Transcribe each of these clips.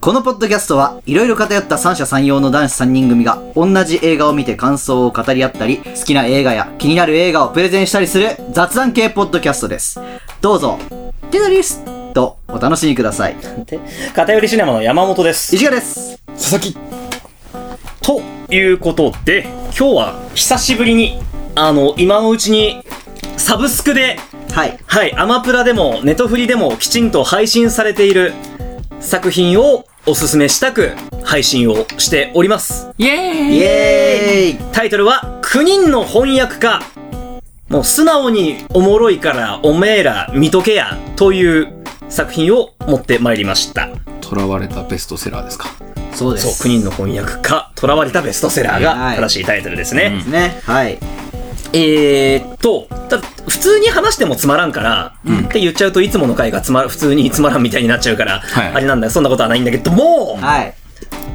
このポッドキャストはいろいろ偏った三者三様の男子3人組が同じ映画を見て感想を語り合ったり好きな映画や気になる映画をプレゼンしたりする雑談系ポッドキャストですどうぞテトリスとお楽しみくださいて偏りシネマの山本です。石川です佐々木ということで、今日は久しぶりに、あの、今のうちに、サブスクで、はいはい、アマプラでも、ネトフリでも、きちんと配信されている作品をおすすめしたく、配信をしております。イエイエーイタイトルは、9人の翻訳家。もう素直におもろいからおめえら見とけやという作品を持ってまいりました。囚われたベストセラーですかそうでそう、す9人の翻訳家、囚われたベストセラーがはい正しいタイトルですね。うんねはいえーっと、ただ普通に話してもつまらんから、って言っちゃうといつもの回がつまら普通につまらんみたいになっちゃうから、はいあれなんだよ、そんなことはないんだけども、はい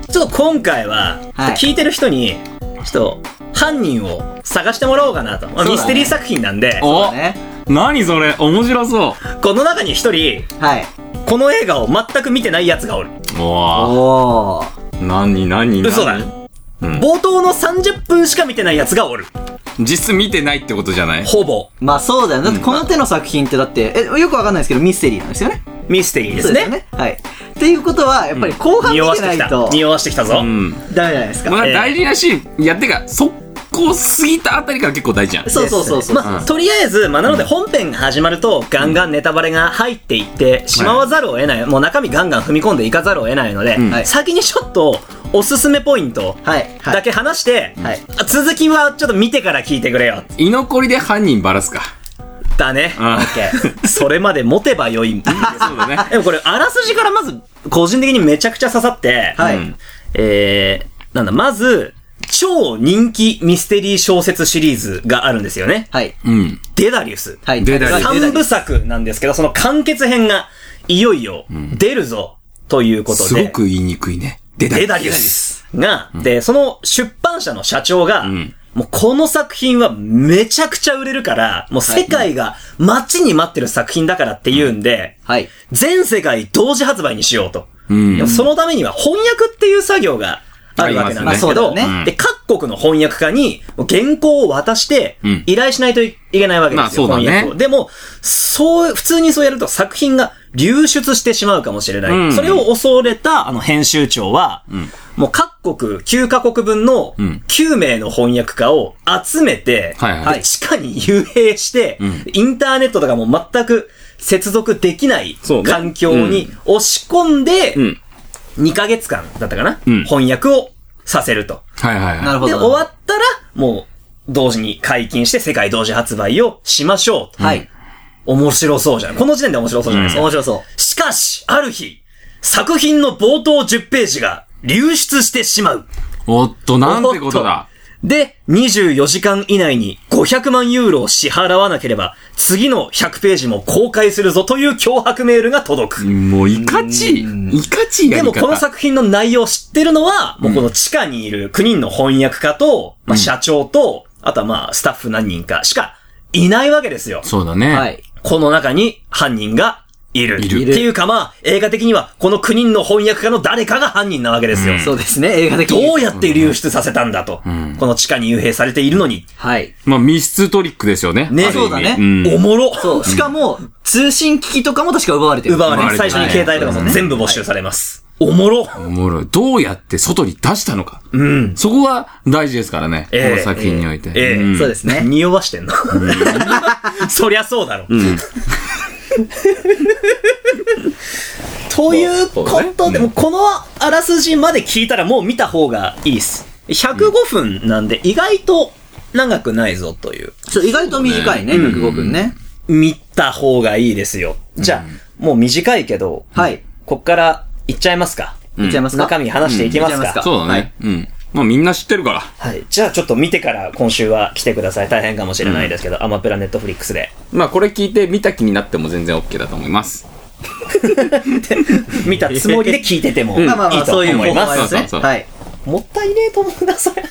ちょっと今回は、はい聞いてる人に、ちょっと犯人を探してもらおうかなと。まそうだあねミステリー作品なんで、おね何それ面白そこの中に一人、はいこの映画を全く見てない奴がおる。うおおーお何何何嘘だ。うん冒頭の30分しか見てない奴がおる。実質見てないってことじゃないほぼ、まあそうだよね。だってこの手の作品ってだって、え、よくわかんないですけどミステリーなんですよね。ミステリーですそうよね。。はい。っていうことは、やっぱり後半見匂わしててないきとた。、匂わしてきたぞ。うんダメじゃないですか。まあええ大事なシーンいやてかそこ過ぎたあたりから結構大事じゃんそうそうそうそう、ですねまうあ、んとりあえず、まあ、なので本編が始まると、ガンガンネタバレが入っていってしまわざるを得ない、もう中身ガンガン踏み込んでいかざるを得ないので、うんはい先にちょっとおすすめポイントはい。はい。だけ話して、はいあ続きはちょっと見てから聞いてくれよ居残りで犯人ばらすかだね、うん OK それまで持てばよ いそうだねでもこれあらすじからまず個人的にめちゃくちゃ刺さって、はいうんえー、なんだまず超人気ミステリー小説シリーズがあるんですよねはい。うんデダリウスはい。出たりはい三部作なんですけど、その完結編が、いよいよ、出るぞ、ということで。すごく言いにくいね出たデダリウスが、で、その出版社の社長が、んもうこの作品はめちゃくちゃ売れるから、もう世界が待ちに待ってる作品だからって言うんで、はい。全世界同時発売にしようと。うんでもそのためには翻訳っていう作業があるわけなんですけあど、りますねまあそうだよねで、各国の翻訳家にもう原稿を渡してうん依頼しないといけないわけですまあそよ、うだね翻訳を。でも、そう、普通にそうやると作品が流出してしまうかもしれない。うんそれを恐れたあの編集長は、もう各国9カ国分のうん9名の翻訳家を集めて、はいはいで地下に幽閉して、んインターネットとかもう全く接続できないそうね環境に押し込んで、うん2ヶ月間だったかな、うん翻訳をさせると。はいはいなはるいほで、ど。終わったら、もう、同時に解禁して世界同時発売をしましょうと。はい。面白そうじゃん。この時点で面白そうじゃないですか。面白そしかし、ある日、作品の冒頭10ページが流出してしまう。おっとなんてことだで、24時間以内に500万ユーロを支払わなければ、次の100ページも公開するぞという脅迫メールが届く。もういかちいいかちいやでりも方この作品の内容を知ってるのは、もうこの地下にいる9人の翻訳家と、まあ、社長と、あとはまあスタッフ何人かしかいないわけですよ。そうだう。ねはい。この中に犯人がいる。いるっていうかまあ映画的にはこの9人の翻訳家の誰かが犯人なわけですよ。そうですね。映画的に。どうやって流出させたんだと。んこの地下に幽閉されているのに。はい。まあ密室トリックですよねねある意味そうだねんおもろそう。しかも、通信機器とかも確か奪われてる。奪われ奪われる。最て初に携帯とかはもい全部没収されます。おもろおもろい。どうやって外に出したのか。うん。そこは大事ですからね。ええこの作品において。ええんそうですね。 匂わしてんの そりゃそうだろ。 ということで、もうこのあらすじまで聞いたらもう見た方がいいっす。105分なんで意外と長くないぞという。そう、意外と短いね、105分ね。見た方がいいですよ。じゃあ、もう短いけど、はい。こっから行っちゃいますか。いっちゃいますか中身話していきますうんいっちゃいまかす。そうだね。はいうん。まあみんな知ってるから。はい。じゃあちょっと見てから今週は来てください。大変かもしれないですけど、アマプラネットフリックスで。まあこれ聞いて見た気になっても全然 OK だと思います。見たつもりで聞いててもいいまあまあまあ、とそういう思い方法もまありますす。そうね。そうそうはい。もったいねえと思うな、それ。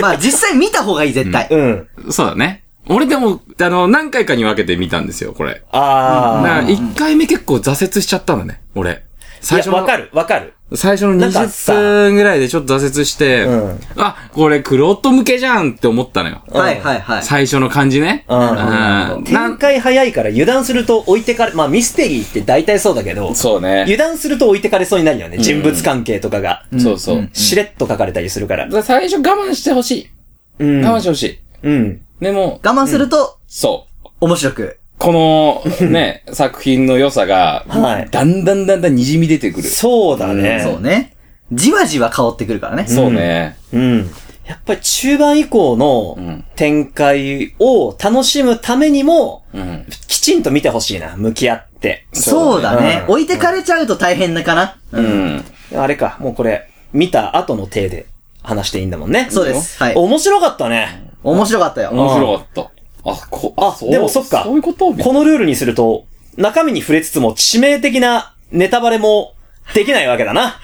まあ、実際見た方がいい、絶対。うん。そうだね。俺でも、あの、何回かに分けて見たんですよ、これ。だかあら一回目結構挫折しちゃったのね、俺。あ。い最初や、のわかる、わかる。最初のなんかさ20分ぐらいでちょっと挫折して、うんあ、これクロット向けじゃんって思ったのよ。はいはいはい。最初の感じね。うんな展開早いから油断すると置いてかれ、まあミステリーって大体そうだけど、そうね。油断すると置いてかれそうになるよね。人物関係とかが。そうそう。だしれっと書かれたりするから。から最初我慢してほしうい。ん。我慢してほしい。うん。でも、我慢すると、そう。面白く。こ のね、作品の良さが、はいだんだんだんだん滲み出てくる。そうだね。そうね。じわじわ香ってくるからね。そうね。うん。やっぱり中盤以降のん展開を楽しむためにも、うん。きちんと見てほしいな、向き合って。そうだね。うん置いてかれちゃうと大変なかな。う。うんん。あれか、もうこれ、見た後の体で話していいんだもんね。そうです。はい。面白かったね。面白かったよ。面白かった。あ、こ、あでもそっかそういうことこのルールにすると、中身に触れつつも致命的なネタバレもできないわけだな。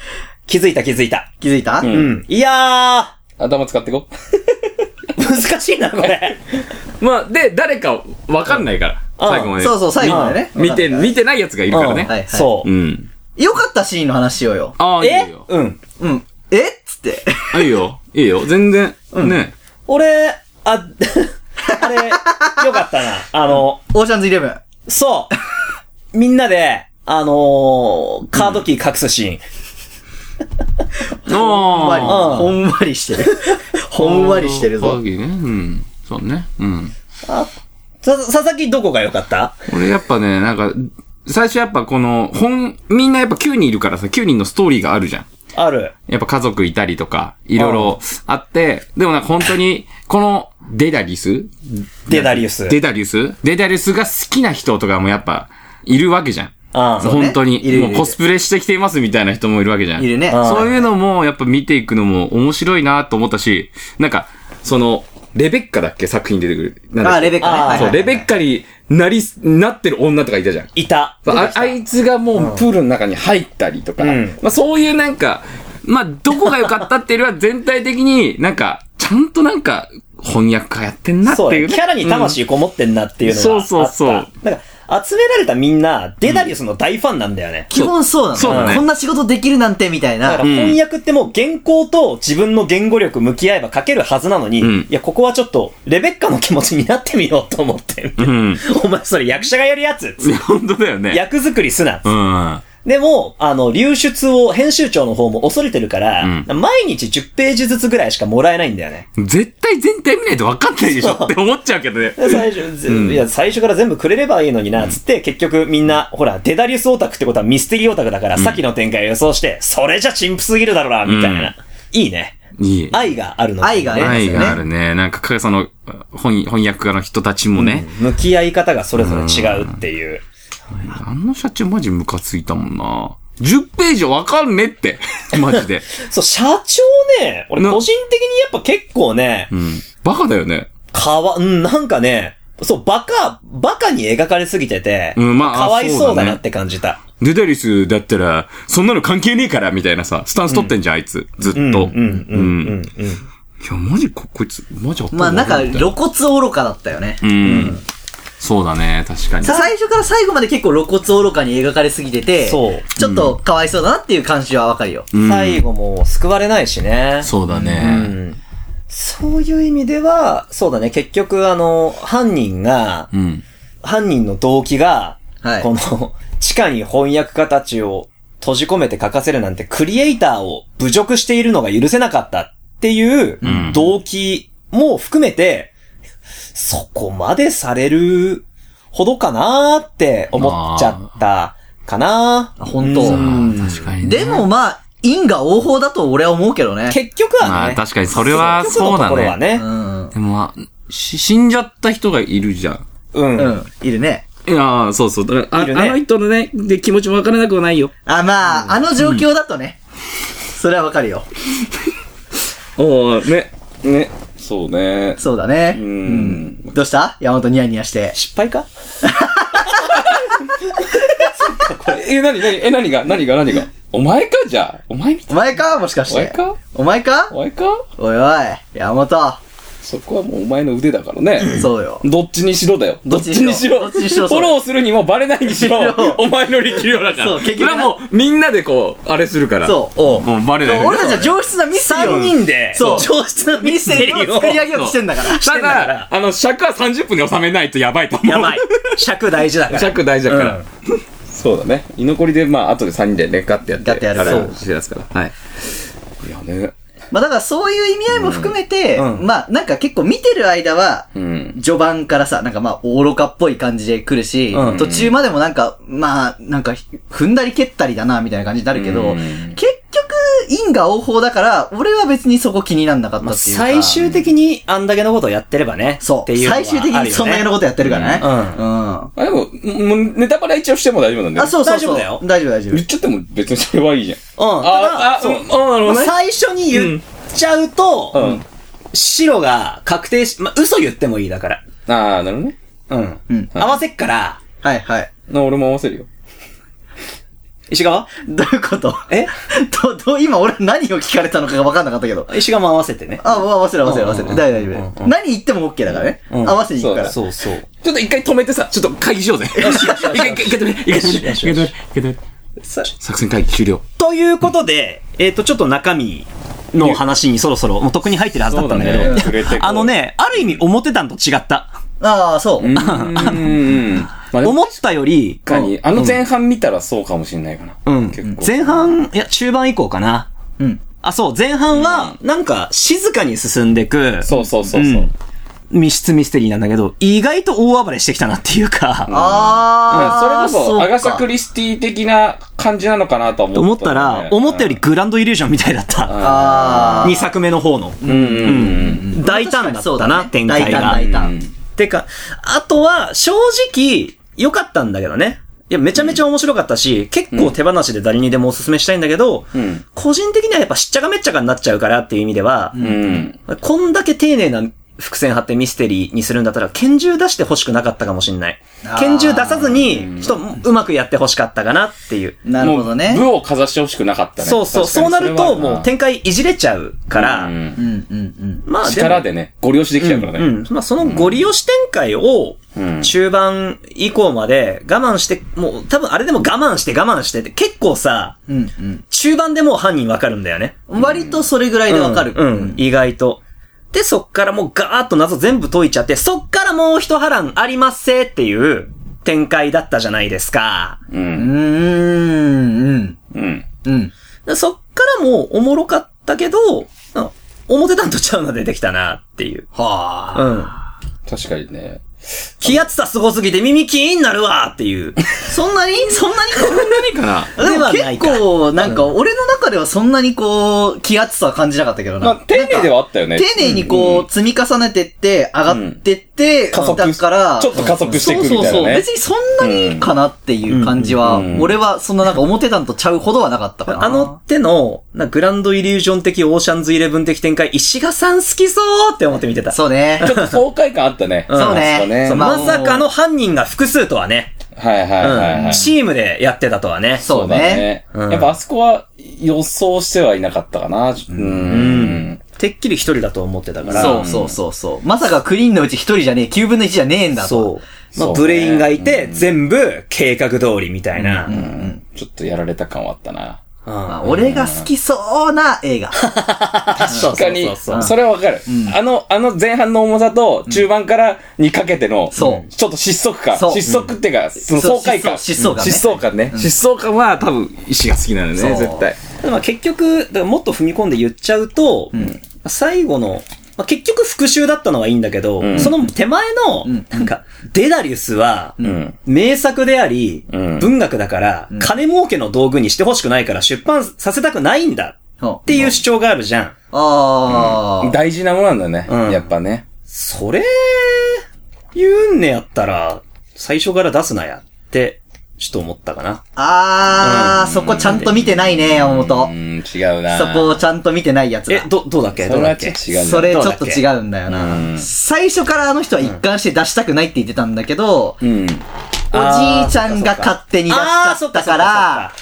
気づいた気づいた。気づいたんうん。いや頭使ってこ。ー、難しいな、これ。まあ、で、誰かわかんないから。うん最後まで。そうそう、最後までね。見て、わか見てないやつが いるからうんはね。いはい。そうう。ん。良かったシーンの話しようよ。ああ、いいえよ。うん。うん。えっつって。あいいよ。いいよ。全然。ね。俺、あ、 あれ、よかったな。あの、オーシャンズイレブン。そう。みんなで、あのー、カードキー隠すシーン。ほんわり。ああ。ほんわりしてる。ほんわりしてるカーぞド。キーね。うん。そうね。うん。さ、佐々木どこが良かった俺やっぱね、なんか、最初やっぱこの、本、みんなやっぱ9人いるからさ、9人のストーリーがあるじゃん。ある。やっぱ家族いたりとか、いろいろあって、でもなんか本当に、この、デダリスデダリウス。デダリスデダリスが好きな人とかもやっぱ、いるわけじゃん。ああ、本当いるいに、るもうコスプレしてきていますみたいな人もいるわけじゃん。いるね。あそういうのも、やっぱ見ていくのも面白いなと思ったし、なんか、その、レベッカだっけ作品に出てくる。なんだっけあ、レベッカねあはあいはいそう、レベッカになり、なってる女とかいたじゃん。いた。あああいつがもうプールの中に入ったりとか、んまあそういうなんか、まあどこが良かったっていうよりは全体的になんか、ちゃんとなんか翻訳家やってんなってそういう、ね。ね。キャラに魂こもってんなっていうのがあった。そうそうそうなんか、集められたみんな、デダリウスの大ファンなんだよね。基本そうなの。そうだねこんな仕事できるなんて、みたいだなから。翻訳ってもう原稿と自分の言語力向き合えば書けるはずなのに、んいや、ここはちょっと、レベッカの気持ちになってみようと思って。うん。 お前それ役者がやるやついや本当だよね。役作りすな。うん。でも、あの、流出を編集長の方も恐れてるから、毎日10ページずつぐらいしかもらえないんだよね。絶対全体見ないと分かんないでしょって思っちゃうけどね。で最初、ぜいや、最初から全部くれればいいのにな、つって、結局みんな、ほら、デダリウスオタクってことはミステリーオタクだから、さっきの展開を予想して、それじゃ陳腐すぎるだろうな、みたいな。いいね。いい。愛があるのがいい愛ねがね。愛があるね。なんかか、その、翻翻訳家の人たちもね。向き合い方がそれぞれ違うっていう。あの社長マジムカついたもんな。10ページ分かんねって。マジで。そう、社長ね、俺な個人的にやっぱ結構ね、うん。バカだよね。かわ、うん、なんかね、そう、バカ、バカに描かれすぎてて、うんまあかわいそうだそうだなねって感じた。デダリスだったら、そんなの関係ねえから、みたいなさ、スタンス取ってんじゃん、あいつ。ずっと。うん。うん、うん、うん、うん。いや、マジこ、こいつ、マジ頭まあなんか、悪いみたい露骨愚かだったよね。うん。そうだね、確かに。さ最初から最後まで結構露骨愚かに描かれすぎてて、そうちょっとかわいそうだなっていう感じはわかるよ。うん最後も救われないしね。そうだうね。ん。そういう意味では、そうだね、結局、あの、犯人が、うん。犯人の動機が、はいこの、地下に翻訳家たちを閉じ込めて書かせるなんて、クリエイターを侮辱しているのが許せなかったっていううん動機も含めて、そこまでされるほどかなーって思っちゃったかなあ本当うんあ確かにね。でもまあ、因果応報だと俺は思うけどね。結局はまね。あ確かにそれは結局のところはねう。ん。でもまあ、し死んじゃった人がいるじゃん。うん。うん。いるね。いやーそうそう。だからあいるねあの人のね、で気持ちもわからなくはないよ。あ、まあ、あの状況だとね。それはわかるよ。おー、ね、ね、そうね。そうだね。うん。どうした山本ニヤニヤして。失敗 かえ、なになにえ、なにがなにがなにがお前かじゃあ。お前みたい。お前かもしかして。お前かお前かお前かおいおい、山本。そこはもうお前の腕だからね。そうよ。どっちにしろだよ。どっちにしろ。どっちにしろフォローするにもバレないにしろそう。お前の力量だから。そう、結それ局はな、もう、みんなでこう、あれするから。そう。おうもうバレないよね俺たちは上質なミステリーを3人で、そう上質なミミスステテリリーーをを作り上げようとしてんだから。ただからだ、あの、尺は30分で収めないとやばいと思う。やばい。。尺大事だから。尺大事だから。そうだね。居残りで、まあ、後で3人でね、ガッてやって。ガッてやるあれそう知らすから。はい。いやね。まあだからそういう意味合いも含めて、んうんまあなんか結構見てる間は、うん。序盤からさ、なんかまあ愚かっぽい感じで来るし、うん途中までもなんか、まあなんか踏んだり蹴ったりだなみたいな感じになるけど、うん結局因果応報だから、俺は別にそこ気になんなかったっていうか。最終的にあんだけのことをやってればね。そってう。いうのはあ最る終よね的にそんなようなことやってるからね。。うんうん。あ、でも、もうネタバレは一応しても大丈夫なんだよあ、ね。そうそうそう。大丈夫だよ大丈夫、大丈夫言っ。ちゃっても別にそれはいいじゃん。うん。ただ、あ、あ、そううんあ、なるほどね。最初に言っちゃうと、うん。白が確定し、まあ、嘘言ってもいいだから。ああ、なるほどね。うん。うん合わせっから、はい、 はい。な俺も合わせるよ。石川どういうことえど、ど、今俺何を聞かれたのかが分かんなかったけど。石川も合わせてね。あ、もう合わせる合わせる合わせうんる。うんうん大丈夫大丈夫。何言っても OK だからね。う合んわせに行くから。そうそう。ちょっと一回止めてさ、ちょっと会議しようぜ。一回、一回、一回止めて、一回止めて、一回止めて、一回止めて。さ作戦会議終了。ということで、えっ、と、ちょっと中身の話にそろそろ、もう特に入ってるはずだったんだけど、そうだね触れてこうあのね、ある意味思ってたんと違った。ああ、そう。うん。まあ、でも思ったより、確かに、あの前半見たらそうかもしれないかな。うん結構。前半、いや、中盤以降かな。うん。あ、そう、前半は、なんか、静かに進んでく、そうそうそうそう。うん密室ミステリーなんだけど、意外と大暴れしてきたなっていうか、ああ、それこそ、うかアガサ・クリスティ的な感じなのかなとは思った、思ったら、思ったより、グランドイリュージョンみたいだった。ああ。 2作目の方の。うんうんうんうん。大胆だったな、展大開胆が。大うん胆。てか、あとは、正直、良かったんだけどね。いや、めちゃめちゃ面白かったし、結構手放しで誰にでもおすすめしたいんだけど、うん個人的にはやっぱしっちゃかめっちゃかになっちゃうからっていう意味では、うん。こんだけ丁寧な伏線張ってミステリーにするんだったら、拳銃出して欲しくなかったかもしんないあー。拳銃出さずに、ちょっとうまくやって欲しかったかなっていう。なるほどねもう。部をかざしてほしくなかったね。そうそう、確そかうになるとれはもう展開いじれちゃうから、うんうんうんうん。まあでも力でね、ご利用しできちゃうからうね。ん。まあ、そのゴリ押し展開をうん、中盤以降まで我慢して、もう多分あれでも我慢して我慢してって、結構さ、うん中盤でもう犯人わかるんだよね。うん。割とそれぐらいでわかる。うん、うん。意外と。で、そっからもうガーッと謎全部解いちゃって、そっからもう一波乱ありますせっていう展開だったじゃないですか。うう。んん。うん。うん。うん。でそっからもうおもろかったけど、うん表担とちゃうの出てきたなっていう。はあ。うん。確かにね。気圧差すごすぎて耳キーンになるわっ ていう。そんなにそんなに 何かなでもではない結か構、なんか、俺の中ではそんなにこう、気圧さは感じなかったけどまあな。、丁寧ではあったよなね。んか丁寧にこう、積み重ねてって、上がってって、加速だから、ちょっと加速していくみたいなねそうそうそう。別にそんなにかなっていう感じは、うん俺はそんななんか表段とちゃうほどはなかったかな。あの、手の、なグランドイリュージョン的オーシャンズイレブン的展開、石賀さん好きそうって思って見てた。そう ね。ちょっと爽快感あったね。そうね確かそうまさかまあもの犯人が複数とはね、はいはいはいはうんい。チームでやってたとはね。そうね。うんやっぱあそこは予想してはいなかったかな。うん。てっきり一人だと思ってたから。そうそうそうそう。まさかクリーンのうち一人じゃねえ、9分の1じゃねえんだと。そう。まあ、そうねブレインがいて、全部計画通りみたいな。うんちょっとやられた感はあったな。まあ俺が好きそうな映画。確かにそう、そうそうそうそれはわかる。あの、あの前半の重さと中盤からにかけての、ちそょうっと失速感。そう失速っていうか、そのそう爽快感。疾走疾走感ね疾走感ね。疾疾走感は多分、石が好きなのね、そう絶対。でまあ結局、だからもっと踏み込んで言っちゃうと、最後の、まあ、結局復讐だったのはいいんだけど、んその手前の、んなんか、デダリウスは、ん名作であり、うん文学だから、金儲けの道具にしてほしくないから出版させたくないんだそっていう主張があるじゃん。ああ。大事なものなんだね。うんやっぱね。それ、言うんねやったら、最初から出すなやって、ちょっと思ったかな。あー、そこちゃんと見てないね、山う本。ん、違うな。そこをちゃんと見てないやつえだ、。ど、どうだっけどそれうだはっちょけっと違うな。それちどうょだっっとけ違うんだような。ん最初からあの人は一貫して出したくないって言ってたんだけど、おじうん。いちゃんが勝手に出しちゃったから、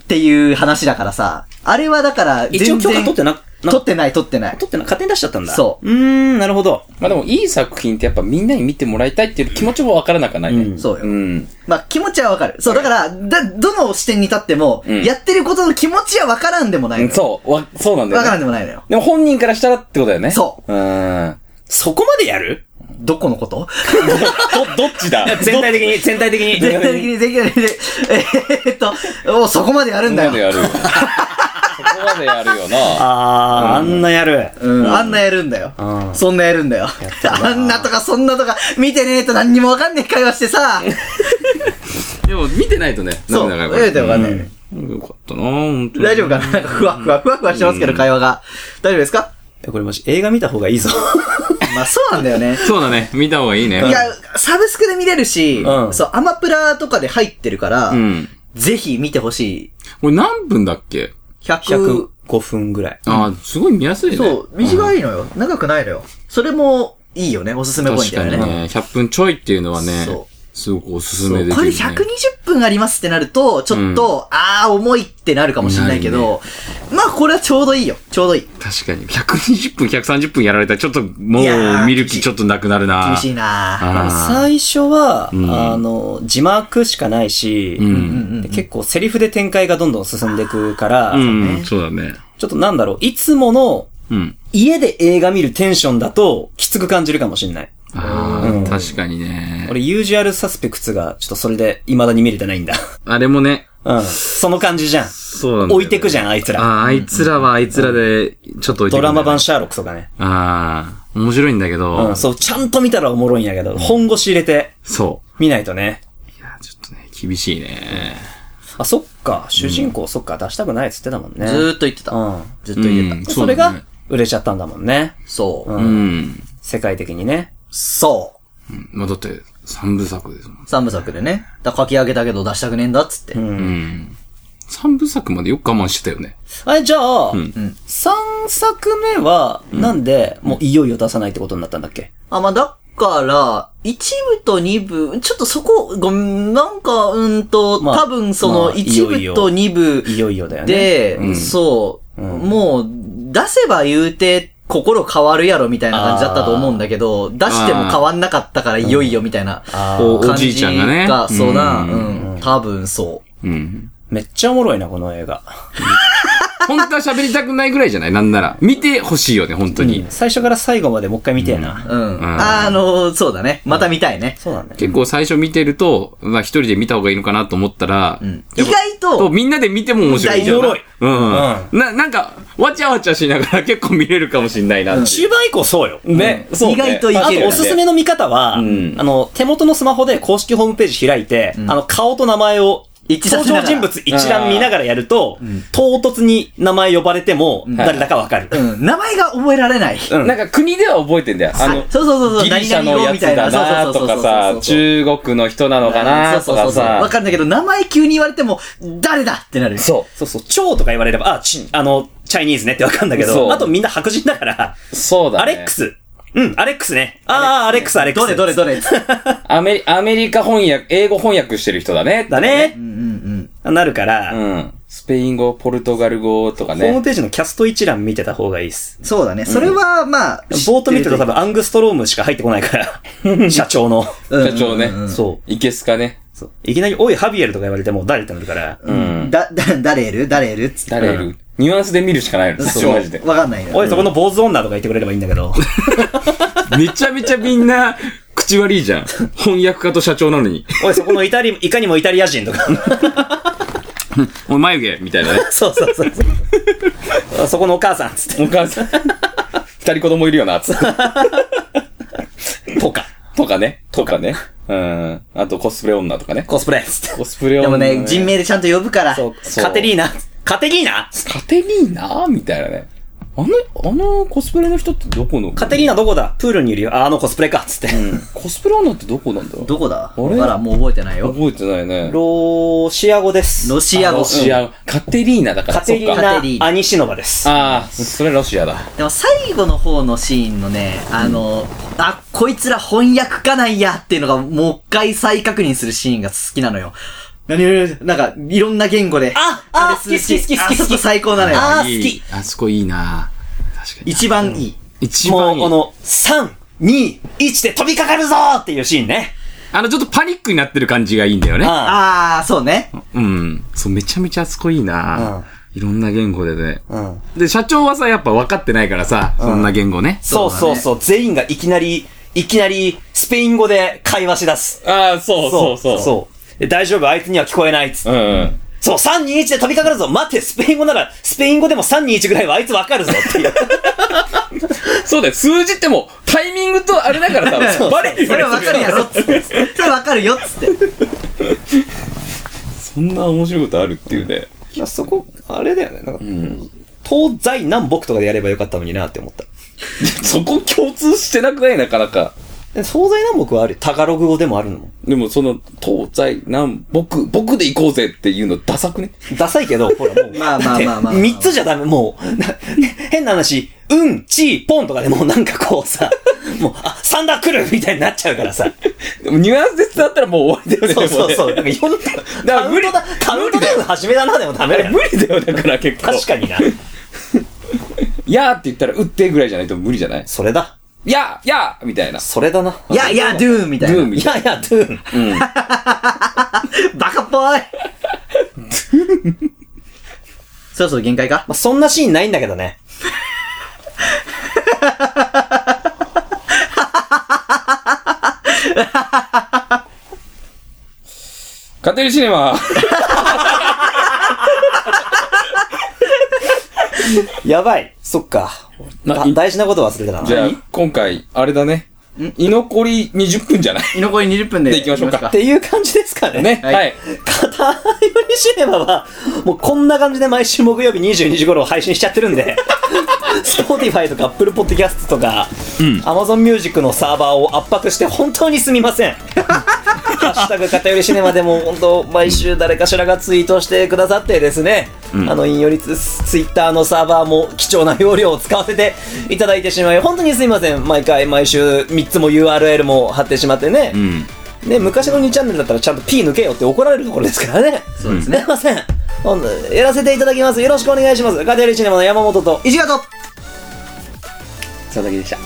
っていう話だからさ。あれはだから、一応全許可取然ってな撮ってない、撮ってない。撮ってのは勝手に出しちゃったんだ。そうう。うーん、なるほど。まあでも、いい作品ってやっぱみんなに見てもらいたいっていう気持ちもわからなくはないね。そうよ。うん。まあ、気持ちはわかる。そう、だから、だ、どの視点に立っても、んやってることの気持ちはわからんでもないのよ。そう、わ、そうなんだわからよ、んでね。もないのよ。でも本人からしたらってことだよね。。そううん。そこまでやるどこのことど、どっち だ全体的に、全体的に。全体的に、全体的に、えーっと、もうそこまでやるんだそこまでよ。やるよ。そこまでやるよな。あー、あんなやる。うん、あんなやるんだよ。そんなやるんだよ。あんなとかそんなとか、見てねえと何にもわかんねえ会話してさ。でも、見てないとね、そう。なん見てわかんない。よかったな本当に大丈夫かななんかふわふわふわふわしてますけど、会話が。大丈夫ですかこれもし映画見た方がいい ぞ。まあ、そうなんだよね。そうだね。見た方がいいね。いや、サブスクで見れるし、うんそう、アマプラとかで入ってるから、うん。ぜひ見てほしい。これ何分だっけ100、 105分ぐらい。ああ、すごい見やすいね。そう、短いのよ。長くないのよ。それもいいよね、おすすめポイ確ントだかよにね。ね。100分ちょいっていうのはねそ、すごくおすすそめうできこる、れね。 120分ありますってなると、ちょっと、あー、重いってなるかもしれないけど、まあ、これはちょうどいいよ。ちょうどいい。確かに。120分、130分やられたら、ちょっともいやーう見る気ちょっとなくなるな厳しいなあ最初は、んあの、字幕しかないし、ーう。うんんうんで結構セリフで展開がどんどん進んでいくから、うん、そうだね。ちょっとなんだろう、いつものうん。家で映画見るテンションだときつく感じるかもしれない。ああ、うん確かにね。俺、ユージュアルサスペクツがちょっとそれで未だに見れてない んだ。あれもね、うん。その感じじゃん。そうなんだよ置いてくじゃん、あいつら。ああ、あいつらはあいつらで、ちょっと置いてくんドだよねラマ版シャーロックとかね。ああ、面白いんだけど、うん、そう、ちゃんと見たらおもろいんやけど、本腰入れてそ見ないとね。う。いや、ちょっとね、厳しいね。あ、そっか、主人公、そっか、出したくないっつってたもんね。ーずーっと言ってた。うん。ずっと言ってた。うんそれが、売れちゃったんだもんね。そう、う。うんん。世界的にね。そう。まあ、だって、三部作ですもん。三部作でね。だから書き上げたけど出したくねえんだっつって。うん。三部作までよく我慢してたよね。あれ、じゃあ、ん3作目は、なんで、もういよいよ出さないってことになったんだっけあ、まあ、だから、一部と二部、ちょっとそこ、ごめん、なんか、うんと、まあ多分そまのあ一いよ部いよと二部いよいよだよね。で、そう、もう、出せば言うて、心変わるやろみたいな感じだったと思うんだけど、出しても変わんなかったからいよいよみたいなあーお感じいじちゃんがねが、。そうな、んうん、多分そう。うん。めっちゃおもろいな、この映画。本当は喋りたくないぐらいじゃないなんなら。見てほしいよね、本当に。最初から最後までもう一回見てえな。うん。んあの、そうだね。また見たいね。そうなんだね。結構最初見てると、まあ一人で見た方がいいのかなと思ったら、意外とと、みんなで見ても面白いんだよな。大うん。な、なんか、わちゃわちゃしながら結構見れるかもしんないなってい中盤以降そうよ。うんね、そう、ね。意外といあけると、よおすすめの見方は、んあの、手元のスマホで公式ホームページ開いて、あの、顔と名前を、一致させ登なが場ら人物一覧見ながらやると、唐突に名前呼ばれても、誰だかわかる。うん、名前が覚えられない。うんなんか国では覚えてんだよ。あの、そうそうそうそうギリシャのや何々つだなとか色みたいなそうそうそうそうそうそうそさう、中国の人なのかそなうそとうそうかそう。わさ。かるんだけど、名前急に言われても、誰だってなる。そそうそう、蝶とか言われれば、あ、ち、あの、チャイニーズねってわかるんだけそうど、あとみんな白人だから、う。そうだね。アレックス。うん、アレックスね。ああ、アレックス、アレックス。どれどれどれ。れアメリ、アメリカ翻訳、英語翻訳してる人だね。だねう。んうんなるから、うん。スペイン語、ポルトガル語とかホームね。ページのキャスト一覧見てた方がいいっす。うん。そうだね。それは、まあ、ボート見てると多分アングストロームしか入ってこないから、社長の。うん社長ね。そいけすかね。うそう。いきなり、おい、ハビエルとか言われても誰ってなるから、うん。だ、だ、誰いる誰いるつって。誰いるニュアンスで見るしかないの。そう マジで。わかんないよ。おい、そこの坊主女とか言ってくれればいいんだけど、う。めちゃめちゃみんな、口悪いじゃ ん。翻訳家と社長なのに。おい、そこのイタリ、いかにもイタリア人とか、お前眉毛みたいなね。そうそうそう そう。そこのお母さん、つっお母さん。二人子供いるよな、つって。て、とか、とかね。とかね。うん。あとコスプレ女とかね。コスプレ、つって。コスプレで女、もね、人名でちゃんと呼ぶから。そう、そうカテリーナ、カテリーナカテリーナみたいなね。あの、あのコスプレの人ってどこのカテリーナどこだプールにいるよ。あ、あのコスプレか、つって。うんコスプレ女ってどこなんだろうどこだあれわからんもう覚えてないよ。覚えてないね。ロシア語です。ロシア語ロシア、カテリーナだから。カテリそっかカテリーーナ、ナアニシノバです。ああ、そそれロシアだ。でも最後の方のシーンのね、あの、あ、こいつら翻訳家なんやっていうのがもう一回再確認するシーンが好きなのよ。何なんか、いろんな言語で。ああれするし好き好き好き好きあそこ最高なのよ。あーいい好き。あそこいいな確かに。一番いい。一も番う、いい。こあの、の、3、2、1で飛びかかるぞーっていうシーンね。ちょっとパニックになってる感じがいいんだよね。ああー、そうね。うん。そう、めちゃめちゃあそこいいな、いろんな言語でね。あうん。で、社長はさ、やっぱ分かってないからさ、そんな言語ね。そうそうそう、全員がいきなり、いきなり、スペイン語で会話し出す。ああ、そうそうそう。そう。で大丈夫、あいつには聞こえないっつって。う。うん。そう、321で飛びかかるぞ待って、スペイン語なら、スペイン語でも321ぐらいはあいつわかるぞっていう。そうだよ、数字ってもう、タイミングとあれだからさ、バレるそよれね。はわかるやろっつって。それわかるよっつって。そんな面白いことあるっていうね。いや、そこ、あれだよね。なんか、東西南北とかでやればよかったのになって思った。そこ共通してなくないなかなか。で東西南北はあるよ。タガログ語でもあるのも。でもその、東西南北、僕で行こうぜっていうのダサくね。ダサい けど、ほらもう。まあまあまあまあだって三つじゃダメ、もう。な 変な話、うん、ちー、ぽんとかでもうなんかこうさ、 もう、あ、サンダー来るみたいになっちゃうから さ。でもニュアンスで伝わったらもう終わりだよね。そうそうそう。でなんもかね4だかカらウ無ン理トダウン、カウントダウン始めだなでもダメだよ。無理だよ、だから結構。確かにな。に。やーって言ったら、打ってぐらいじゃないと無理じゃないそれだ。やーやーみたいな。それだな。いやいや、ドゥーンみドたいゥーンな。みいたやいいや、ドゥーン。バカっぽい。 そろそろ限界かまあ、そんなシーンないんだけどね。な。カテリシネマ。やばい。そっか。なだい大事なこと忘れてたな。じゃあ、今回、あれだね。居残り20分じゃない居残り20分で。で行きましょうかっていう感じですかね。ね。はいはい。片寄りシネマは、もうこんな感じで毎週木曜日22時頃配信しちゃってるんで、Spotify とか Apple Podcast とか、Amazon Music のサーバーを圧迫して本当にすみません。ハッシュタグ片寄りシネマでも本当、毎週誰かしらがツイートしてくださってですね、あの、引用率、ツイッターのサーバーも貴重な容量を使わせていただいてしまい、本当にすみません。毎回毎週3つも URL も貼ってしまってね。うん。ね、昔の2チャンネルだったらちゃんと P 抜けよって怒られるところですからね。そうですね。すいません。今度やらせていただきます。よろしくお願いします。カテリシネマの山本と石形佐々木でした。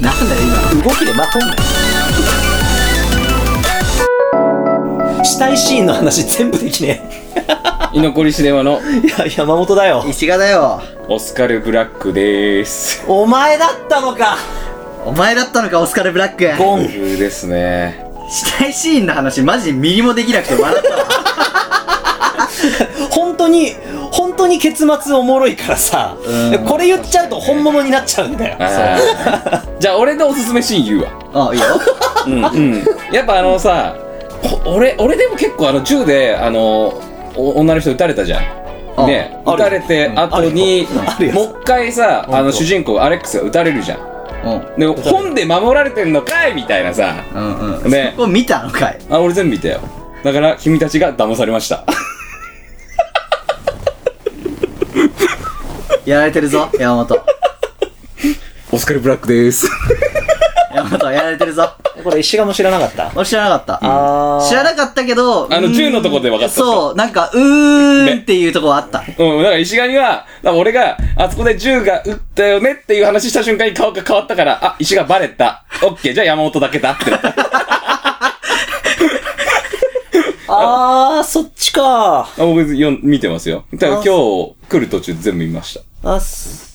なんだよ、今。動きでまとんない。したいシーンの話全部できね居残りシネマのえ。いや、山本だよ。石形だよ。オスカル・ブラックでーす。お前だったのか。お前だったのか、オスカル・ブラック。ゴン。ですね。したいシーンの話、マジミリもできなくて笑ったわ。本当に、本当に結末おもろいからさうん。これ言っちゃうと本物になっちゃうんだよ。あーじゃあ、俺のおすすめシーン言う わ。あ、いいよ。うんうん、やっぱあのさほ俺俺でも結構あの銃であのお女の人撃たれたじゃあんねある撃たれて後にあるよもう一回さんあの主人公アレックスが撃たれるじゃんうん。で本で守られてんのかいみたいなさうんうん。ねそこ見たのかい。あ俺全部見たよだから君たちが騙されましたやられてるぞ、山本。オスカル・ブラックでー す山本、やられてるぞ。これ石川も知らなかった。俺知らなかった。あー知らなかったけど、あのうーん銃のとこで分かったそう、なんか、うーんっていうとこはあ った。うん、だから石神は、だから俺が、あそこで銃が撃ったよねっていう話した瞬間に顔が変わったから、あ、石がバレた。オッケー、じゃあ山本だけだってなった。あー、そっちか。あ、僕よん見てますよ。ただ今日来る途中全部見ましあっす。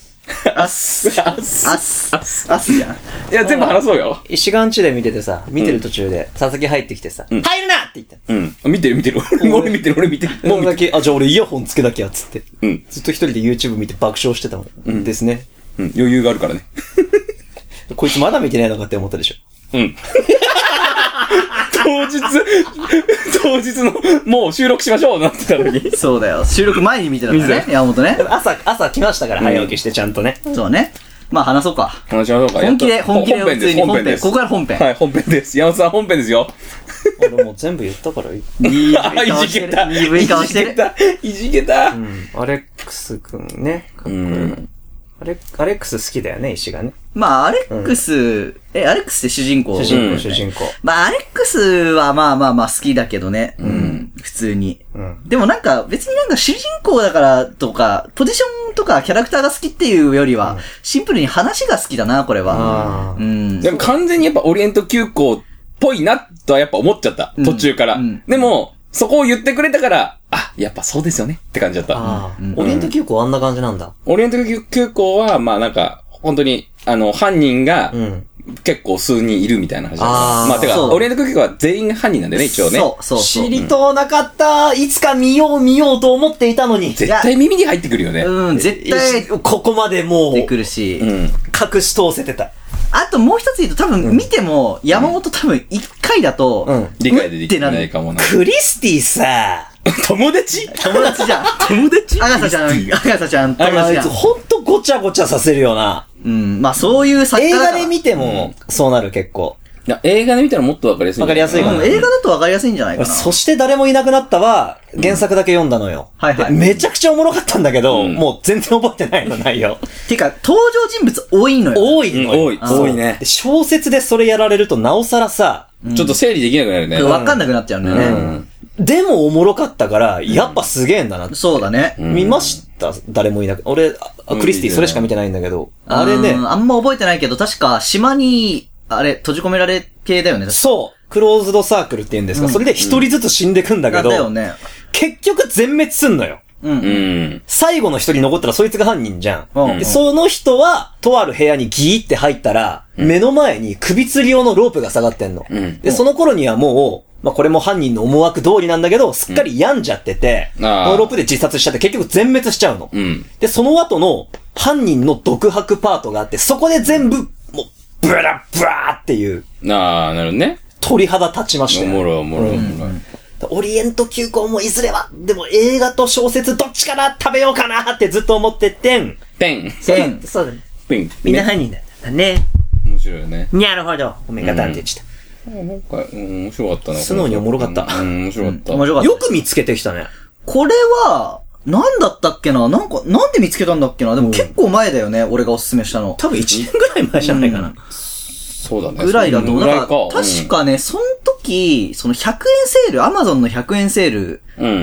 あっす。た。あっす。あっす。あっすじゃん。いや、全部話そうよ。石岩地で見ててさ、見てる途中で、佐々木入ってきてさ、ん入るなって言った。うん。見てる見てる。俺俺見てる俺見てる。ももうう見だてる。け、あ、じゃあ俺イヤホンつけなきゃっつって。うんずっと一人で YouTube 見て爆笑してたもん。ですね。うん、余裕があるからね。こいつまだ見てないのかって思ったでしょ。うん。当日、当日の、もう収録しましょうなってた時 に。そうだよ。収録前に見てたからね、山本ね。朝、朝来ましたから早起きしてちゃんとね。そうね。まあ話そうか。話しましょうか。本気でやっと本気で本編で普通す。に本編で本編す。ここから本編はい、本編です。山本さん本編ですよ。俺もう全部言ったからいい。鈍いあー、顔いしてじるけた。。鈍い顔していじける。た。いじけた。アレックスくんね。うん。アレアレックス好きだよね、石がね。まあ、アレックス、え、アレックスって主人公主公人う公、ん主人公。まあ、アレックスはまあまあまあ好きだけどね。うん。うん、普通に。でもなんか、別になんか主人公だからとか、ポジションとかキャラクターが好きっていうよりは、シンプルに話が好きだな、これは。うん。でも完全にやっぱオリエント急行っぽいなとはやっぱ思っちゃった。ん途中から。うんでも、そこを言ってくれたから、あ、やっぱそうですよねって感じだった。ああ、オリエント急行あんな感じなんだ。オリエント急行は、まあなんか、本当に、あの、犯人がうん。結結構数人いるみたいな話だったあーまあてか、そうオリエント急行は全員犯人なんでね、一応ね。そうそうそう。知りとうなかった。いつか見よう見ようと思っていたのに。絶対耳に入ってくるよね。うん、絶対出ここまでもう、てくるし。うん。隠し通せてた。あともう一つ言うと多分見ても、山本多分一回だと、うん理解できてなうっいてかもな。クリスティさ、 友達友達じゃん。友達アガサちゃん、アガサちゃん友あ達いじゃつん。ほんとごちゃごちゃさせるよな。うん、まあそういう作家映だから画で見ても、そうなる結構。いや映画で見たらもっとわかりやすいんじゃわない。かりやすいかうん、映画だとわかりやすいんじゃないかな。そして誰もいなくなったは、原作だけ読んだのよ。はいはいでめちゃくちゃおもろかったんだけど、うんもう全然覚えてないの内容。てか、登場人物多いのよ。多いのよ。うん多い多いねで小説でそれやられるとなおさらさ、ちょっと整理できなくなるね。わかんなくなっちゃうんだよね。でもおもろかったから、やっぱすげえんだなって。そうだね。見ました誰もいなく。俺、あクリスティそれしか見てないんだけど、あれねう、んあんま覚えてないけど、確か島に、あれ、閉じ込められ系だよね。確かそう、クローズドサークルって言うんですか、それで一人ずつ死んでくんだけど、だよね。結局全滅すんのよ。うん。うん。最後の一人残ったらそいつが犯人じゃん。うんでその人は、とある部屋にギーって入ったら、目の前に首吊り用のロープが下がってんの。うんで、その頃にはもう、まあ、これも犯人の思惑通りなんだけど、すっかり病んじゃってて、うんあーこのロープで自殺しちゃって結局全滅しちゃうの。うん。で、その後の犯人の独白パートがあって、そこで全部、もう、ブラブラーっていう、ああ、なるほどね。鳥肌立ちましたおよもろいおもろいおもろい。オリエント急行もいずれは、でも映画と小説どっちから食べようかなってずっと思っててん。ペン。ペン。そうだね。ペン。みんなね犯人なんだね。面白いよね。にゃるほど。おめがたんてちた。なんか、うん、面白かったな。素直におもろかったうん、面白かった。面白かった。よく見つけてきたね。これは、なんだったっけななんか、なんで見つけたんだっけなでも結構前だよね、俺がおすすめしたの。多分1年ぐらい前じゃないかな。そうだね。ぐらいだと、そのなぐんらか、い確かね、その時、その100円セール、アマゾンの100円セール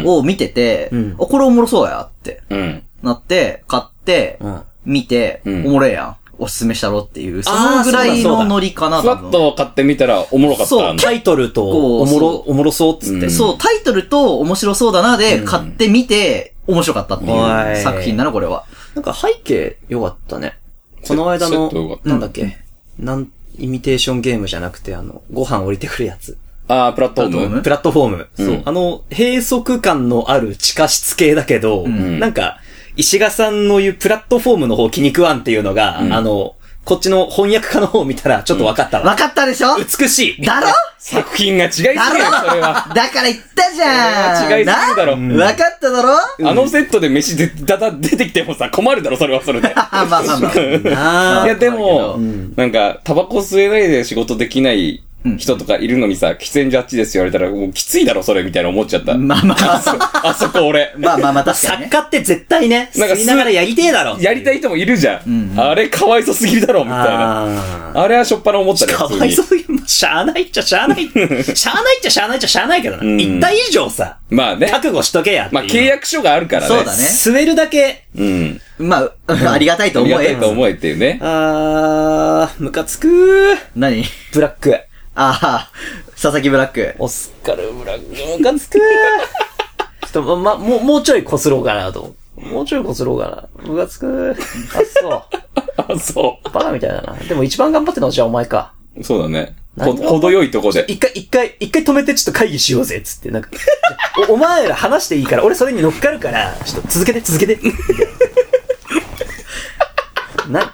を見てて、うんあ、これおもろそうやってうん。うん。なって、買って、うん見て、うんおもろいやん。おすすめしたろっていう、そあのーぐらいそうだそうのだノリかな、ふ多わっ分。と買ってみたらおもろかった。そうあのタイトルと、こうおもろ、そおもろそうっつって。うんそう、タイトルと面白そうだなで、買ってみて、面白かったっておいいう作品なの、これは。なんか背景良かったね。この間セのット良かっ、たなんだっけ、なん、イミテーションゲームじゃなくて、あの、ご飯降りてくるやつ。あープラットフォープムプラットフォーム。そうあの、閉塞感のある地下室系だけど、んなんか、石賀さんの言うプラットフォームの方気に食わんっていうのが、あの、こっちの翻訳家の方を見たらちょっと分かったわ。わかったでしょ 美しい。 だろ作品が違いすぎるよ、だそれは。ろだから言ったじゃんそれは違いすぎるだろなわかっただろあのセットで飯で、だだ出てきてもさ、困るだろ、それはそれで。あ、まあまあまあ。あいや、でもう、なんか、タバコ吸えないで仕事できない人とかいるのにさ、喫煙ジャッジですよ言われたら、もうきついだろ、それ、みたいな思っちゃった。まあまあ、そうあそこ俺。まあまあまあ、確かに作ね。家って絶対ね、なんか吸いながらやりてえだろ。やりたい人もいるじゃん。あれ、かわいそすぎるだろ、みたいな。ああれはしょっぱな思ったーね、か普わ通いにそうに、まあしゃあないっちゃしゃあ ない。しゃあないっちゃしゃあないっちゃしゃあないけどな。ん一体以上さ、まあね。覚悟しとけやっていうまあ、契約書があるからね。そうだね吸えるだけ、うん。まあ、ありがたいとあり思がたえい。と思えっていうね。あー、ムカつくー。何ブラック。ああ、佐々木ブラック。オスカル・ブラック、ムカつ くーちょっと、ま、まもう、もうちょいこすろうかなと。もうちょいこすろうかな。ムカつくー。あ、そう。 あ、そバカみたいだな。でも一番頑張ってたのはじゃあお前か。う。そうだね。ほ、程よいとこで。一回、一回、一回止めてちょっと会議しようぜ、つって。なんか、おお前ら話していいから、俺それに乗っかるから、ちょっと続けて、続けて。 な、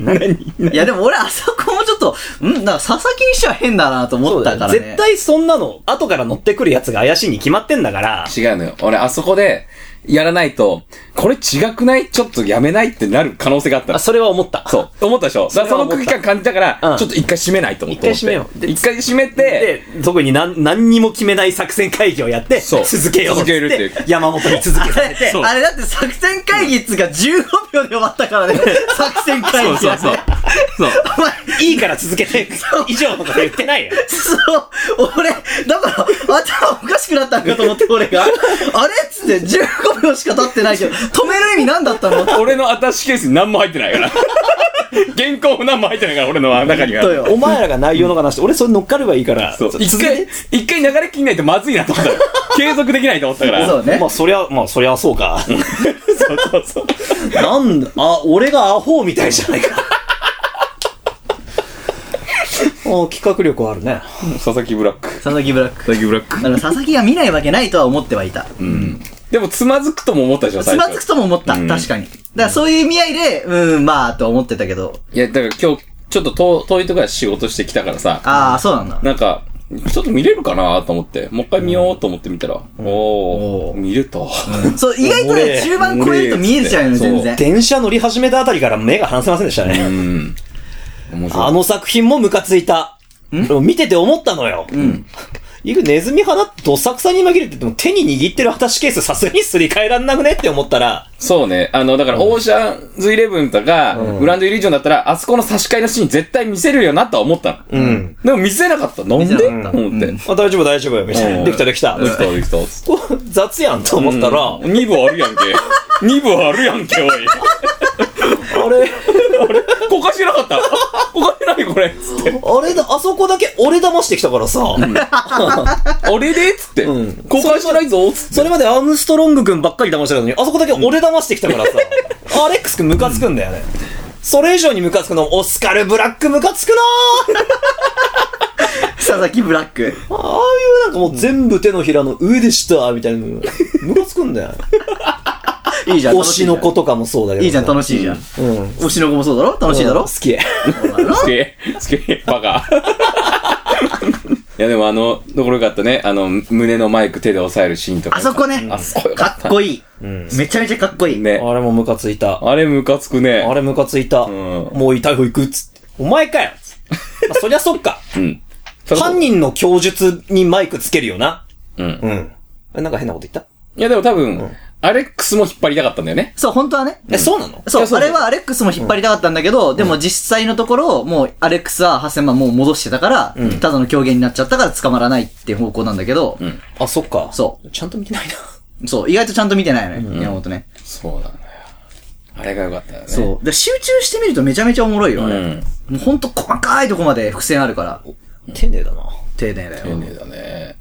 な、 いやでも俺、あそこもちょっと、んなんか佐々木にしては変だなと思ったからね。絶対そんなの、後から乗ってくるやつが怪しいに決まってんだから、違うのよ。俺、あそこで、やらないと、これ違くないちょっとやめないってなる可能性があったあ、のそれは思った。そう。。思ったでしょだかそらそれはの思った空気感感じたから、うんちょっと一回閉めないと思っ一て。回閉めようで一回閉めて、で、特になん何にも決めない作戦会議をやって、そう続けようっつっ続けるっていうて、山本に続けさせ て、あれだって作戦会議っつうか15秒で終わったからね。作戦会そう議そやうそうね。。そう。お前、いいから続けて、以上のこと言ってないよ。そう、俺、だから、頭おかしくなったんかと思って、俺 が。あれっつって、15秒しか経ってないけど、止める意味何だったの 俺のアタッシュケースに何も入ってないから。 原稿も何も入ってないから、俺の中には。とよお前らが内容の話して、俺それ乗っかればいいから、そう。一続け回て、一回流れ切んないとまずいなと思ったの 継続できないと思ったから。そうねまあ。そりゃ、まあそりゃそうか。そうそうそう。なんだ、あ、俺がアホみたいじゃない か。あ企画力はあるね。佐々木ブラック。佐々木ブラック。佐々木ブラック。あの、佐々木が見ないわけないとは思ってはいた。でも、つまずくとも思ったでしょ、つ最初。まずくとも思った。うん確かに。だからそういう意味合いで、うん、まあ、とは思ってたけど。いや、だから今日、ちょっと遠遠いとこから仕事してきたからさ、ああ、そうなんだ。なんか、ちょっと見れるかなと思って、もう一回見ようと思って見たら、おおー、ー見れた。そう、意外とね、俺中盤超えると見えるじゃんよ、俺そう全然。電車乗り始めたあたりから目が離せませんでしたね。うん。面白い。あの作品もムカついた。でも見てて思ったのよ。うん。いくネズミ派だってどさくさに紛れてても手に握ってるアタッシュケースさすがにすり替えらんなくねって思ったら、そうね。あの、だから、オーシャンズイレブンとか、グランドイリュージョンだったら、あそこの差し替えのシーン絶対見せるよなとは思ったの。んでも見せなかった。なんで見とせなか思っったて。あ、大丈夫大丈夫、みたいうんな。できたできた。できた、できた。つってこう雑やんと思ったら、うん二部あるやんけ。二部あるやんけ、おい。あれ、こかしてなかった。こかしてない、これ。つって。あれだ、あそこだけ俺騙してきたからさ、あれでつって。うん公開してないぞ、つって。それまでアームストロング君ばっかり騙してたのに、あそこだけ俺騙してきたから さ、アレックス君ムカつくんだよね。それ以上にムカつくの、オスカル・ブラックムカつくなー佐々木ブラック。ああいうなんかもう全部手のひらの上でしたみたいなのムカつくんだよ。いいじゃん。推しの子楽とかもそうだけど。しいじゃん。いいじゃん、楽ししいじゃん。い。うん。推しの子もそうだろ楽しいだうんろ好き。つけ、つけ、バカ。いや、でもあの、ところよかったね。あの、胸のマイク手で押さえるシーンとか。あそこねあそこよ、かかっっこいい。めちゃめちゃかっこいた。い。ね。あれもムカついた。あれ、ムカつくね。あれムカついた。んもういい逮捕行くっつって。お前かよっつってまあそりゃそ っか。うん。犯人の供述にマイクつけるよな。うん。うん。えなんか変なこと言ったいや、でも多分、アレックスも引っ張りたかったんだよね。そう、本当はね。え、そうなのそう、いやそうあれはアレックスも引っ張りたかったんだけど、でも実際のところ、もうアレックスは8000万もう戻してたから、ただの狂言になっちゃったから捕まらないっていう方向なんだけど、あ、そっか。。そうちゃんと見てないな。う。そう、意外とちゃんと見てないよね、山本ね。そうなんだよ。あれが良かったよね。そう。で、集中してみるとめちゃめちゃおもろいよ、あれ。うんもうほんと細かいとこまで伏線あるから、丁寧だな。丁寧だ丁よ。寧だね。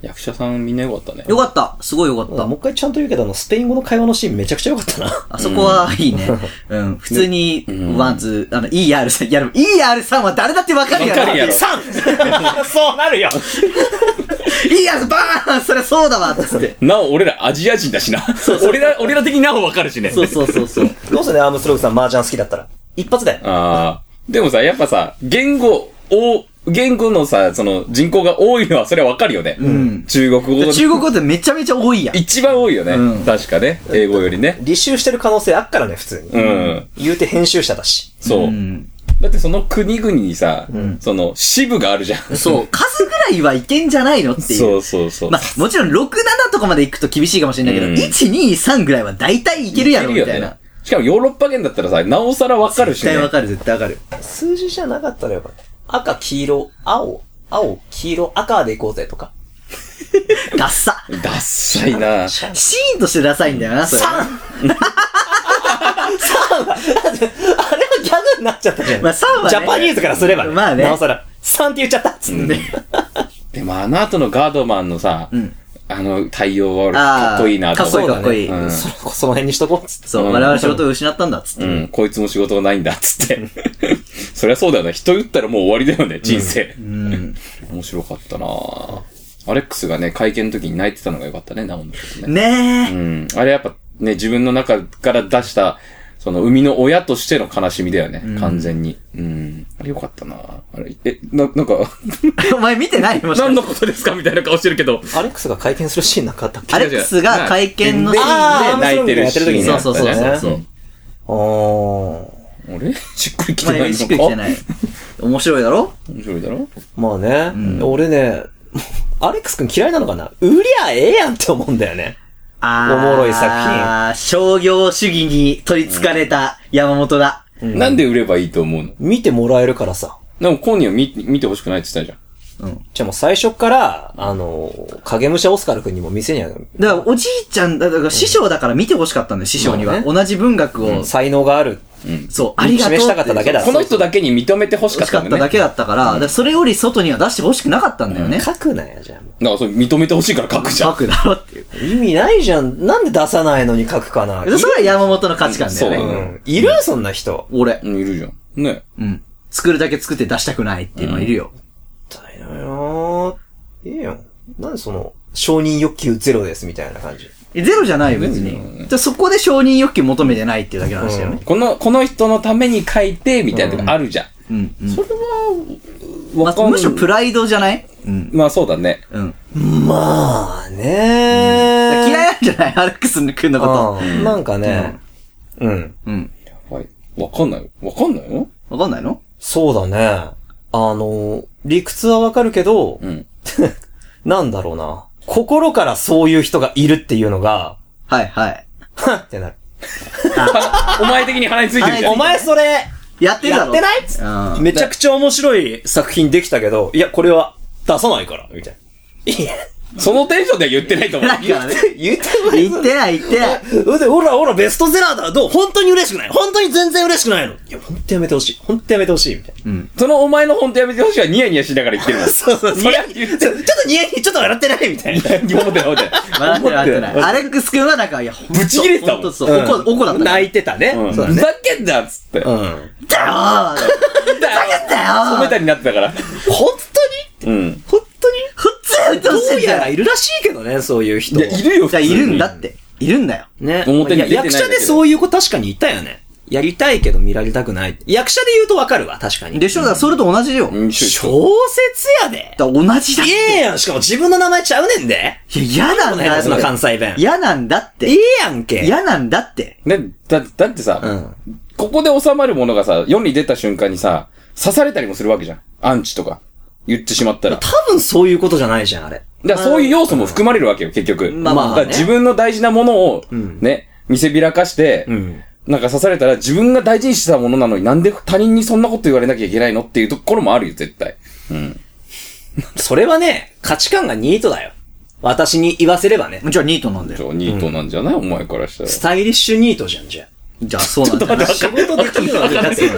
役者さんみんな良かったね。よかった。すごいよかっまあた。もう一回ちゃんと言うけど、あの、スペイン語の会話のシーンめちゃくちゃ良かっ たな。あそこはいいね。うん。普通に、ワン、ツー、あの、ER さん、いや、でも ER さんは誰だってわかるやろ。わかるやろ 3! そうなるよ ER バーンそれそうだわっつって。なお、俺らアジア人だしな。俺ら、俺ら的になおわかるしね。そうそうそうそう。どうすんね、アームストロングさん麻雀好きだったら。一発で。ああ。でもさ、やっぱさ、言語を、言語のさ、その人口が多いのはそれはわかるよね。ん中国語が中国語ってめちゃめちゃ多いやん。一番多いよね。うん確かね。英語よりね。履修してる可能性あっからね、普通に。うん。言うて編集者だし。そう。うん。だってその国々にさ、その支部があるじゃん。そう。数ぐらいはいけんじゃないのっていう。そうそうそう。まあ、もちろん6、7とかまで行くと厳しいかもしれないけど、うん1、2、3ぐらいは大体いけるやろ、みたいいけるよなね。。しかもヨーロッパ圏だったらさ、なおさらわかる絶しね。対わかる、絶対わかる。数字じゃなかったらよかった。赤、黄色、青、青、黄色、赤で行こうぜとか。ダッサ。ダッサい なシーンとしてダサいんだよな、それ。あれはギャグになっちゃったじゃん。まあ3はねジャパニーズからすればね。まあねなおさら。3って言っちゃったっつって。でもあの後のガードマンのさ、うんあの対応は俺あーかっこいいなと思かっこいいかっこいいうんそのその辺にしとこうっつって。そう、うん我々仕事を失ったんだ、つって。うん、こいつも仕事がないんだっつ って。そりゃそうだよね。人打ったらもう終わりだよね、人生。うん。面白かったなぁアレックスがね、会見の時に泣いてたのがよかったね、ナオのことね。ねえ。うん。あれやっぱね、自分の中から出した、その、生みの親としての悲しみだよね。完全に。うん。あれよかったなあれ、え、な、なんか、お前見てないもしか何してのことですかみたいな顔してるけど。アレックスが会見するシーンなんかあったっけアレックスが会見のシーンであー泣いてるシーンアだそっうたそねうそうそうそう。おー。あれしっくりきおてないの前かしく来てない。 面白いだろ面白いだろまあね、俺ね、アレックス君嫌いなのかな売りゃええやんって思うんだよね。あおもろい作品。商業主義に取り憑かれた山本だ。なんで売ればいいと思うの見てもらえるからさ。でも、コーニーは見、見てほしくないって言ってたじゃじゃあもう最初から、あの、影武者オスカル君にも店にはだからおじいちゃん、だから師匠だから見てほしかったんだよ、師匠にまは。あね同じ文学を、才能がある。そう、ありがとうって。示したかっただけだん。この人だけに認めてほしか欲っしかたったんだだね。けだったから、だからそれより外には出してほしくなかったんだよね。書くなよ、じゃあもだから、それ認めてほしいから書くじゃ書ん。くだろっていう。う。意味ないじゃん。なんで出さないのに書くかな。でそれは山本の価値観だよそうね。うん。いるそんな人。俺。うん、いるじゃん。ね。うん。作るだけ作って出したくないっていうのはいるよ。だよよいいよ。なんでその、承認欲求ゼロですみたいな感じ。えゼロじゃないよ、別に。じゃあそこで承認欲求求めてないっていうだけの話だよね。この、この人のために書いて、みたいなのがあるじゃん。うん。うんそれは、まわかあ、んむしろプライドじゃないうん。まあそうだね。うん。だまあから嫌ね、いなんじゃないアレックス君のこうんなんかね、うん。と。うん。はい。わかんない。わかんないよ。わかんないのそうだね。あの、理屈はわかるけど、んなんだろうな。心からそういう人がいるっていうのが、はいはい。はっってなる。 お前的に鼻についてるじゃおん。前それ、やってるだろやってないっつうん。めちゃくちゃ面白い作品できたけど、いや、これは出さないから、みたいな。いや、そのテンションでは言ってないと思う。ないからね。言っても言ってない言ってない。で、ほらほら、ベストセラーだどう本当に嬉しくない本当に全然嬉しくないのいや、本当やめてほしい。本当やめてほしい、みたいな。そのお前の本当やめてほしいはニヤニヤしながら言ってるも ん。そうそう、そニりヤゃち言ょっっとてニヤニヤ、ちょっと笑ってないみたいな。思ってない思ってない。笑ってる笑ってな思ってい。るアレックス君はなんか、いや、ほんとぶち切れてたもほんんとそう。おこ、おこだった。 泣いてたね。うんそうだふね。ざけんなっつって。うん。褒本だよーだよめたになってたから。当にうん。本当にふっつーってどほしいんだうやよらいるらしいけどね、そういう人い。や、いるよ。じゃあいるんだって。いるんだよ。ね。表に出てない役んだけど者でそういう子確かにいたよね。やりたいけど見られたくない。役者で言うとわかるわ、確かに。でしょだからそれと同じよ。うん。一緒一緒小説やで。だから同じだっいて。えやん、しかも自分の名前ちゃうねんで。いや、嫌なんだ何その関って。西弁。嫌なんだっええて。やんけ。嫌なんだって。ね、だ、だってさ、うんここで収まるものがさ、世に出た瞬間にさ、刺されたりもするわけじゃん。アンチとか。言ってしまったら。多分そういうことじゃないじゃん、あれ。だからそういう要素も含まれるわけよ、結局。まあまあねだから自分の大事なものを、ね、見せびらかして、んなんか刺されたら自分が大事にしてたものなのになんで他人にそんなこと言われなきゃいけないのっていうところもあるよ、絶対。うん。それはね、価値観がニートだよ。私に言わせればね。じゃあニートなんだじよ。ゃあ、ニートなんじゃない、お前からしたら。スタイリッシュニートじゃん、じゃあ。じゃあそうなんだよ。仕事できるわけだそうなんじゃないそう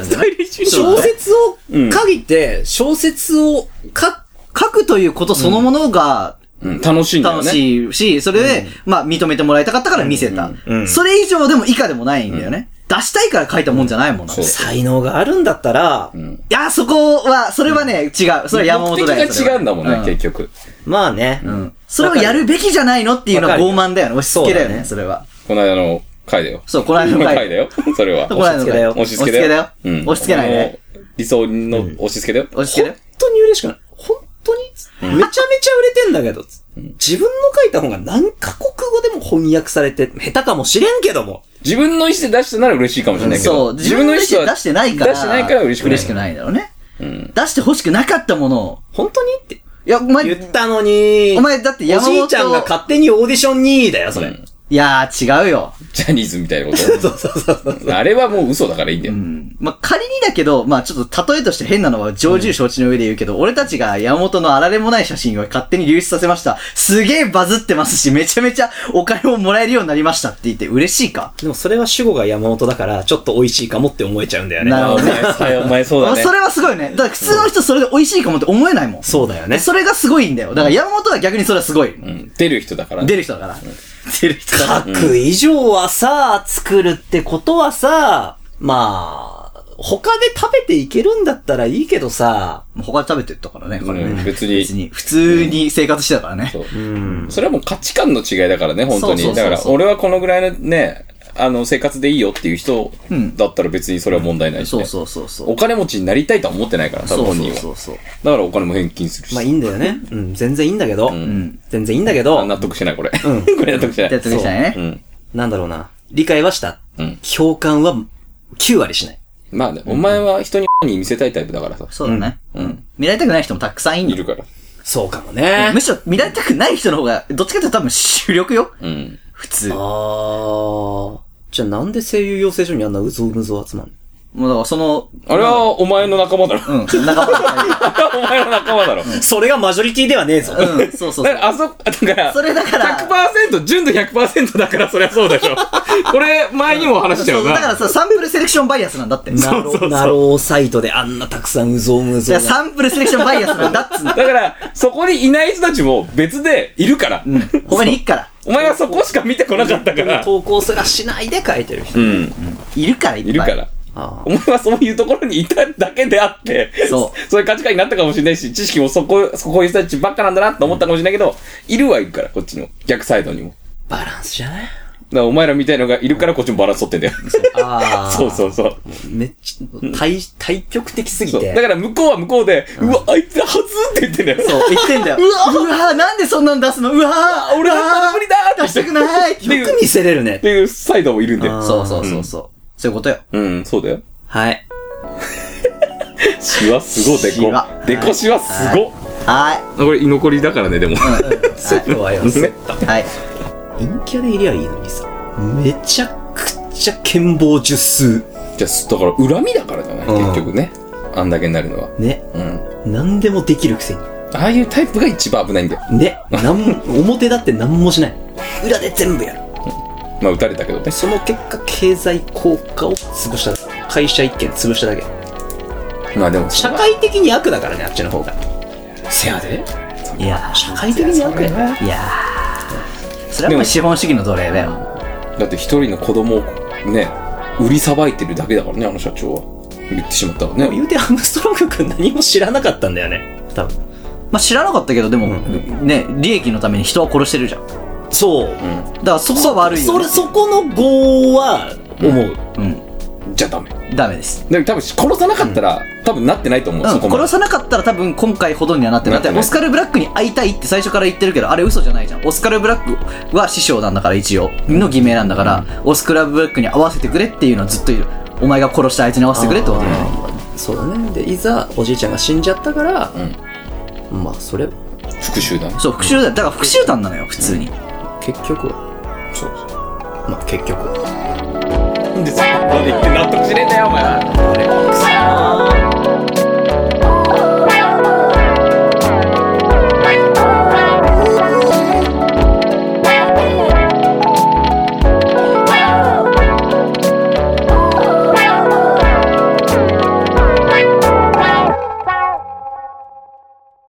小だね説を限って、小説を書書くということそのものがうん、楽しいんだよ楽ね。しいし、それで、まあ認めてもらいたかったから見せた。それ以上でも以下でもないんだよね。出したいから書いたもんじゃないもんな。いそう才能があるんだったら、や、そこは、それはね、違う。それは山本だよ。目的が違うんだもんね、結局。まあね。局。それをやるべきじゃないのっていうのは傲慢だよね。押し付けだよそうだね、ねそれは。この間の回だよ。そう、この間の 回回だ。よ。それは。この間の回押押し付けだよ。うん押し付けないね。。あの理想の押し付けだよ。押し付けだよ。本当に嬉しくない。本当にめちゃめちゃ売れてんだけど、自分の書いた本が何カ国語でも翻訳されて、下手かもしれんけども。自分の意思で出したなら嬉しいかもしれないけそど。う、自分の意思では出してないから。出してないから嬉しくない。嬉しくないだろうね。出して欲しくなかったものを。本当にっていや、お前、言ったのに。お前だって山本おじいちゃんが勝手にオーディションにだよ、それ。うんいやー、違うよ。ジャニーズみたい なこと。そうそうそうそう。あれはもう嘘だからいいんだよ。まあ、仮にだけど、まあ、ちょっと例えとして変なのは常住承知の上で言うけど、俺たちが山本のあられもない写真を勝手に流出させました。すげえバズってますし、めちゃめちゃお金をもらえるようになりましたって言って嬉しいか。でもそれは主語が山本だから、ちょっと美味しいかもって思えちゃうんだよね。なるあほおどね前さ、お前そうだまあねそ。れはすごいね。だから普通の人それで美味しいかもって思えないもん。そうだよね。それがすごいんだよ。だから山本は逆にそれはすごい。うん出る人だから。出る人だから。出る人だから。書く以上はさ、作るってことはさ、まあ、他で食べていけるんだったらいいけどさ、 他で食べてったからね、彼うねん別に別に。普通に生活してたからね。そう。それはもう価値観の違いだからね、本当そに。うそうそうだそうから、俺はこのぐらいのね、あの、生活でいいよっていう人うんだったら別にそれは問題ないし、そねうそうそうそう。お金持ちになりたいとは思ってないから、多分そう本人そうは。そうそう。だからお金も返金するし。まあいいんだよね。うん、全然いいんだけど。ん全然いいんだけあど、納得しない、これ。うん これ納得しない。やつでしたねう。ん。なんだろうな。理解はした。うん共感は9割しない。まあね、お前は人に、に見せたいタイプだからさ。そうだね。うんうん。見られたくない人もたくさんいんいのるから。そうかもね。むしろ見られたくない人の方が、どっちかっていうと多分主力よ。うん。普通。あー。じゃあなんで声優養成所にあんなうぞうむぞ集まんのもうだからその、あれはお前の仲間だろ。うん、仲間あれはお前の仲間だろ。それがマジョリティではねえぞ。 うん、 そうそうそだうか。ら、あそ、だから、それだから100%、純度100%だから、そりゃそう でしょ。これ、前にも話したそうよな。だからさ、サンプルセレクションバイアスなんだって。いナロー、ナローサイトであんなたくさんうぞうむぞや、が。サンプルセレクションバイアスなんだっつうの。だから、そこにいない人たちも別でいるから。他にいっから。お前はそこしか見てこなかったから。投稿すらしないで書いてる人。うん。いるから、いっぱい。いるから。。あお前はそういうところにいただけであって、。そう そういう価値観になったかもしれないし、知識もそこ、そこいう人たちばっかなんだなと思ったかもしれないけど、いるはいるから、こっちの。逆サイドにも。バランスじゃないだからお前らみたいのがいるからこっちもバランス取ってんだよ。 あそうそうそう。めっちゃ、対、対極的すぎそうて。だから向こうは向こうで、うわ、あいつはずって言ってんだよ。そう、言ってんだよ。うわぁ、なんでそんなん出すのうわぁ、俺は無理だー出っしてた言くって。っないていう、よっく見せれるねて。いうサイドもいるんだあよ。ーそうそうそうそう。そういうことよ。うん、そうだよ。はい。シワすごい、シワデコ。デコシワすごい。はこれ居残りだからね、でも。ーい。そういうのはよ。ね。うん。はい。陰キャでいりゃいいのにさ。めちゃくちゃ剣謀術数。じゃあ、だから恨みだからじゃない、うん結局ね。あんだけになるのは。ね。うん。何でもできるくせに。ああいうタイプが一番危ないんだよ。 ね。なん、表だって何もしない。裏で全部やる。まあ、撃たれたけどね。その結果、経済効果を潰しただけ。会社一件潰しただけ。まあでも、社会的に悪だからね、あっちの方が。せやで。いや社会的に悪や。ーいやーそれはもう資本主義の奴隷だよ。だって一人の子供をね、売りさばいてるだけだからね、あの社長は。言ってしまったら言ね。うてハムストロング君何も知らなかったんだよね。多分。まあ、知らなかったけど、でも、ね、利益のために人は殺してるじゃん。だかそう。らそこが悪いそよ、れ、ね。そこの業は、思う。うん。じゃあダメ。ダメです。でも多分殺さなかったら、多分なってないと思う、そこうん、まで殺。さなかったら多分今回ほどにはなってない。なってだっないてオスカル・ブラックに会いたいって最初から言ってるけど、あれ嘘じゃないじゃん。オスカル・ブラックは師匠なんだから一応、の偽名なんだから、オスカル・ブラックに会わせてくれっていうのはずっと言う。お前が殺したあいつに会わせてくれってことだよね。そうだね。で、いざ、おじいちゃんが死んじゃったから、まあ、それ、復讐だね。そう、復讐だ。だから復讐団なのよ、普通に。結局は、そうそう。まあ、結局は。なんでそこまで言って納得しねえんだよ